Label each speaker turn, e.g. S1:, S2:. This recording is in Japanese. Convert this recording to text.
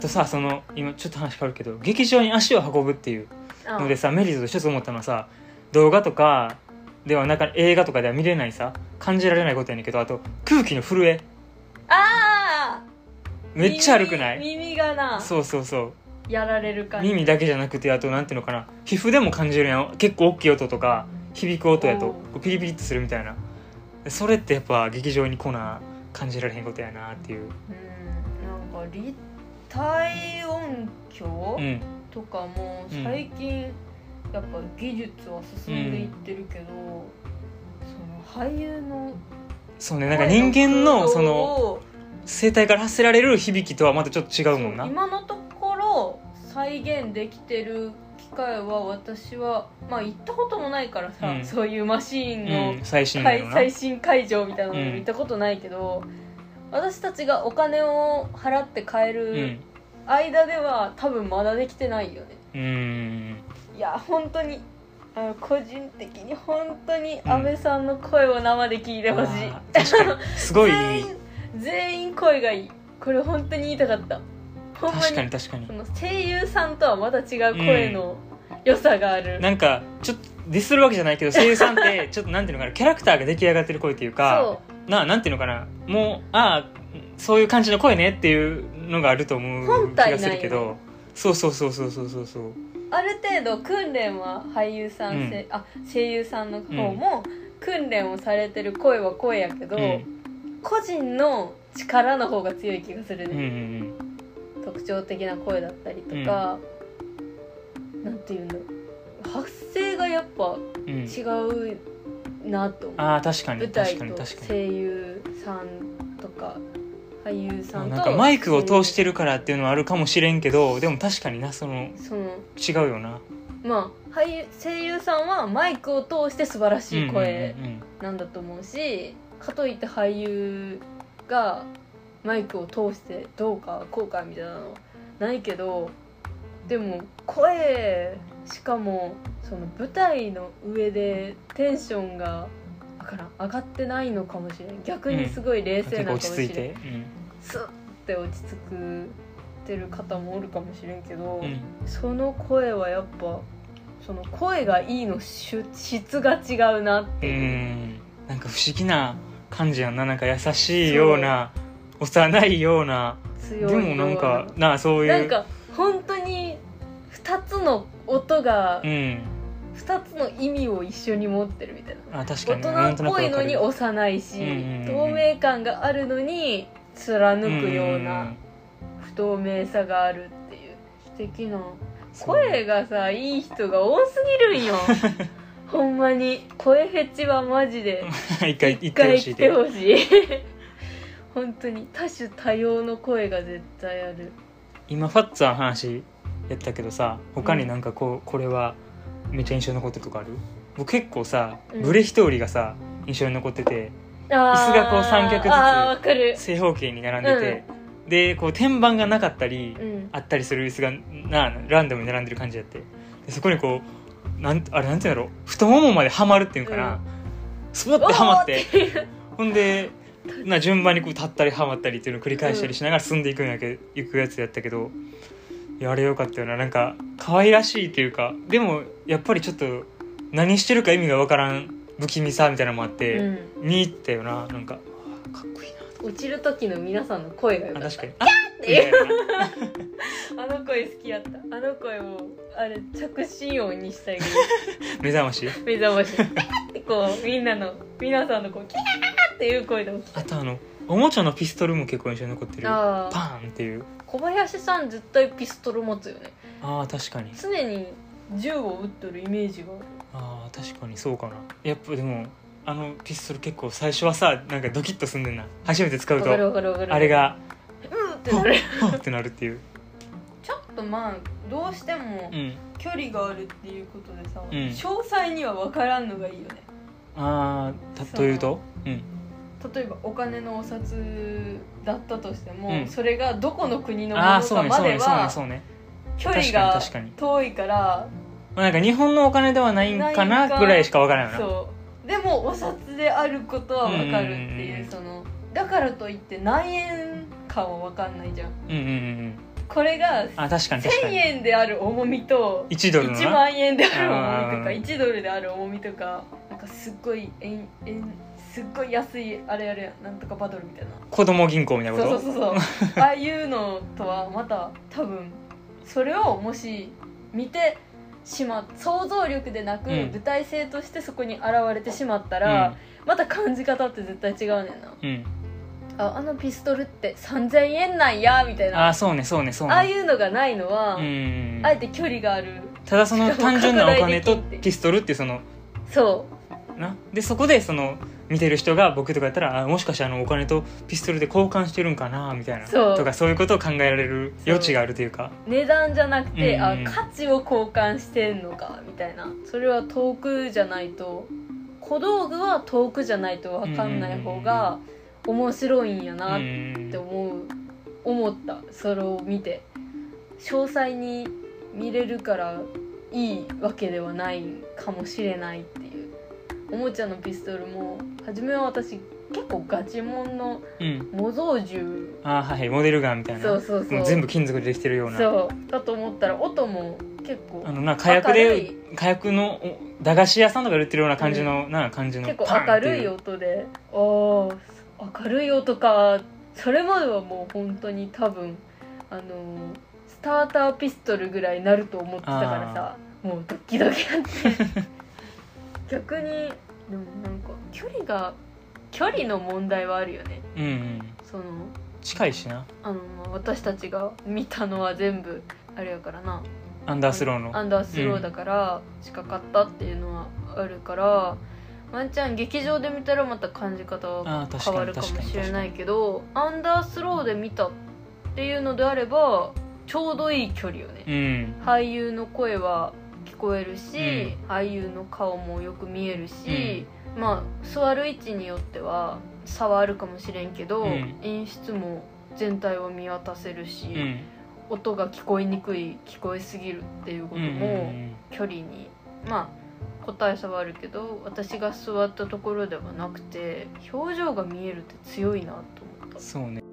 S1: とさその今ちょっと話変わるけど劇場に足を運ぶっていう
S2: あ
S1: のでさメリットと一つ思ったのはさ動画とかではなか映画とかでは見れないさ感じられないことやねんけどあと空気の震え
S2: あ
S1: めっちゃ歩くない
S2: 耳耳がな
S1: そうそうそう
S2: やられる感じ
S1: 耳だけじゃなくてあとなんていうのかな皮膚でも感じるやん結構大きい音とか響く音やと
S2: うん
S1: こうピリピリっとするみたいなそれってやっぱ劇場に来な感じられへんことやなっていう
S2: うんなんか立体音響、
S1: うん
S2: とかも最近やっぱ技術は進んでいってるけど、その俳優の
S1: そうねなんか人間のそ
S2: 声
S1: の
S2: の
S1: 声帯から発せられる響きとはまたちょっと違
S2: 空
S1: う
S2: 洞を
S1: もんな
S2: そう今のところ再現できてる機械は私はまあ行ったこともないからさ、
S1: うん
S2: そういうマシーンの
S1: うん、最新の
S2: 会
S1: な
S2: 最新会場みたいなの
S1: うん
S2: 行ったことないけど、私たちがお金を払って買え
S1: う
S2: る
S1: ん
S2: 間では多分まだできてないよね
S1: うん
S2: いや本当にあの個人的に本当に安倍さんの声を生で聞いてほしい、
S1: あー確かにすごい
S2: 全員全員声がいいこれ本当に言いたかったほんま
S1: 確
S2: に
S1: かに確かに
S2: その声優さんとはまた違う声の良さがある、
S1: なんかちょっとディスるわけじゃないけど声優さん ってちょっとなんていうのかなキャラクターが出来上がってる声っていうか
S2: そ
S1: ななんていうのかなもうああそういう感じの声ねっていうのがあると思う
S2: 本
S1: 気
S2: 体
S1: がするけ
S2: なんよ
S1: どそうそうそうそうそうそうそう
S2: うある程度訓練は俳優さん、
S1: うん
S2: せあ声優さんの方も訓練をされてる声は声やけど、
S1: うん
S2: 個人の力の方が強い気がするね、
S1: うんうん
S2: 特徴的な声だったりとか、なんていうんだろう発声がやっ
S1: う
S2: ぱ
S1: んうん
S2: 違うなと思う、
S1: ああ確かに
S2: 舞
S1: 確
S2: 台
S1: かに
S2: と
S1: 確かに
S2: 声優さんとか俳優さんと
S1: なんかマイクを通してるからっていうのはあるかもしれんけどでも確かになその
S2: その
S1: 違うよな
S2: まあ俳優声優さんはマイクを通して素晴らしい声
S1: うんうんうん
S2: なんだと思うし、かといって俳優がマイクを通してどうかこうかみたいなのはないけどでも声しかもその舞台の上でテンションがわからん上がってないのかもしれん逆にすごい冷
S1: うん
S2: 静な
S1: 結
S2: の
S1: 構
S2: かも
S1: 落
S2: し
S1: ち着い
S2: れん、
S1: て
S2: スッて落ち着くてる方もおるかもしれんけど、
S1: うん
S2: その声はやっぱその声がいいのし質が違うなっ
S1: う
S2: て
S1: んう
S2: いう。
S1: んなんか不思議な感じやんななんか優しいような幼いようなで
S2: 強いよう
S1: もなんかなあそういう
S2: なんか本当に2つの音が
S1: うん
S2: 2つの意味を一緒に持ってるみたいな
S1: あ確かに
S2: 大人っぽいのに
S1: なんとなくわかる
S2: 幼いし、
S1: うんうんうん
S2: 透明感があるのに貫くよう
S1: うんうんう
S2: なん不透明さがあるっていう素敵な
S1: そう
S2: 声がさいい人が多すぎ るんよほんまに声フェチはマジで
S1: 一回言
S2: 一
S1: ってほ
S2: 回
S1: しい
S2: 来
S1: で
S2: てほしい 本当に多種多様の声が絶対ある
S1: 今ファッツァの話やったけどさ他になんかこう、これはめっちゃ印象に残ってるとかある僕結構さ、
S2: うん
S1: ブレヒトーリがさ印象に残ってて
S2: 椅
S1: 椅子がこう三脚ずつ
S2: あーわかる
S1: 正方形に並んでて、でこう天板がなかったり、
S2: うん
S1: あったりする椅子がなランダムに並んでる感じやってでそこにこうなんあれなんていうんだろう太ももまではまるっていうんかな、
S2: うん
S1: スポッてはまって
S2: おーいう
S1: ほんでな順番にこう立ったりはまったりっていうのを繰り返したりしながら進んでいくんやけ、行くやつやったけどいやあれよかったよななんか可愛らしいというかでもやっぱりちょっと何してるか意味がわからん不気味さみたいなのもあって、
S2: うん
S1: 見入ったよななんかわあかっこいいな
S2: 落ちる時の皆さんの声がよか
S1: あ
S2: った
S1: 確かにあ
S2: て
S1: みたいな
S2: あの声好きやったあの声もあれ着信音にしたいぐら
S1: 目覚まし
S2: い目覚まし ってこうみんなの皆さんのこうキャーっていう声でも
S1: あとあのおもちゃのピストルも結構印象に残ってるパ
S2: ああ
S1: ーンっていう
S2: 小林さん絶対ピストル持つよね
S1: ああ確かに
S2: 常に銃を撃っとるイメージがある
S1: あー確かにそうかなやっぱでもあのピストル結構最初はさなんかドキッとすんねんな初めて使う
S2: わ
S1: と
S2: かるわかるわかる
S1: あれが
S2: うんって なる
S1: 「はっ!」ってなるっていう
S2: ちょっとまあどうしても
S1: うん
S2: 距離があるっていうことでさ、
S1: うん
S2: 詳細には分からんのがいいよね
S1: ああ
S2: そう
S1: というとうん
S2: 例えばお金のお札だったとしても、
S1: うん
S2: それがどこの国のも
S1: ああ
S2: の
S1: そう
S2: か
S1: ね
S2: ま
S1: そう
S2: で
S1: ねそうね
S2: は
S1: そうね
S2: 距離が
S1: 確かに確
S2: 遠いから
S1: まあなんか日本のお金ではないんか
S2: ないん
S1: な
S2: か
S1: ぐらいしかわからんよな
S2: そうでもお札であることは分かるって
S1: うんうん
S2: い
S1: うん
S2: うそのだからといって何円かは分かんないじゃん
S1: うんうんうん
S2: これが
S1: あ確かに
S2: 1000
S1: 確かに
S2: 円である重みと
S1: 1ドルの
S2: 1
S1: な
S2: 万円である
S1: う
S2: 重みとか
S1: ん
S2: 1ドルである重みとかなんかすっごい円円すっごい安いあれあれやんなんとかバトルみたいな
S1: 子供銀行みたいなこと
S2: そうそうそう そうああいうのとはまた多分それをもし見てしまっ想像力でなく、
S1: うん
S2: 舞台性としてそこに現れてしまったら、また感じ方って絶対違うねんな
S1: うん、うん、
S2: ああのピストルって3000円なんやみたいな
S1: あ
S2: あ
S1: あそうねそうねそうね
S2: あいうのがないのは、
S1: うん
S2: あえて距離がある
S1: ただその単純なお金と
S2: 拡大できんって
S1: ピストルっていうその
S2: そ
S1: なでそこでその見てる人が僕とかやったらあもしかしてあのお金とピストルで交換してるんかなみたいな
S2: そう
S1: とかそういうことを考えられる余地があるというか
S2: う値段じゃなくて、
S1: うん
S2: あ価値を交換してんのかみたいなそれは遠くじゃないと小道具は遠くじゃないと分かんない方が面白いんや
S1: う
S2: なっ
S1: ん
S2: て思う思ったそれを見て詳細に見れるからいいわけではないかもしれないっていうおもちゃのピストルも初めは私結構ガチモンの
S1: うん
S2: 模造銃
S1: あーはいはいモデルガンみたいな
S2: そうそうそう
S1: もう全部金属でできてるような
S2: そうだと思ったら音も結構
S1: あのな火薬
S2: 明る
S1: で
S2: い
S1: 火薬のお駄菓子屋さんとかで売ってるような感じの、な感じの
S2: 結構
S1: パン
S2: 明
S1: って
S2: る
S1: う
S2: い音であー明るい音かそれまではもう本当に多分あのースターターピストルぐらいなると思ってたからさもうドッキドキやって 逆にでもなんか距離が距離の問題はあるよね
S1: うんうん
S2: その
S1: 近いしな
S2: あの私たちが見たのは全部あれやからな
S1: アンダースローの
S2: アンダースローだから近かったっていうのはあるから、ワンちゃん劇場で見たらまた感じ方は
S1: あー
S2: 変
S1: 確
S2: わ
S1: か
S2: る
S1: に
S2: かも
S1: 確かに
S2: しれ
S1: 確か
S2: な
S1: に
S2: いけどアンダースローで見たっていうのであればちょうどいい距離よね、
S1: うん
S2: 俳優の声は聞こえるし、俳優の顔もよく見えるし、まあ座る位置によっては差はあるかもしれんけど、
S1: うん
S2: 演出も全体を見渡せるし、
S1: うん
S2: 音が聞こえにくい聞こえすぎるっていうこと
S1: うんうんう
S2: も
S1: ん
S2: 距離にまあ個体差はあるけど私が座ったところではなくて表情が見えるって強いなと思った
S1: そうね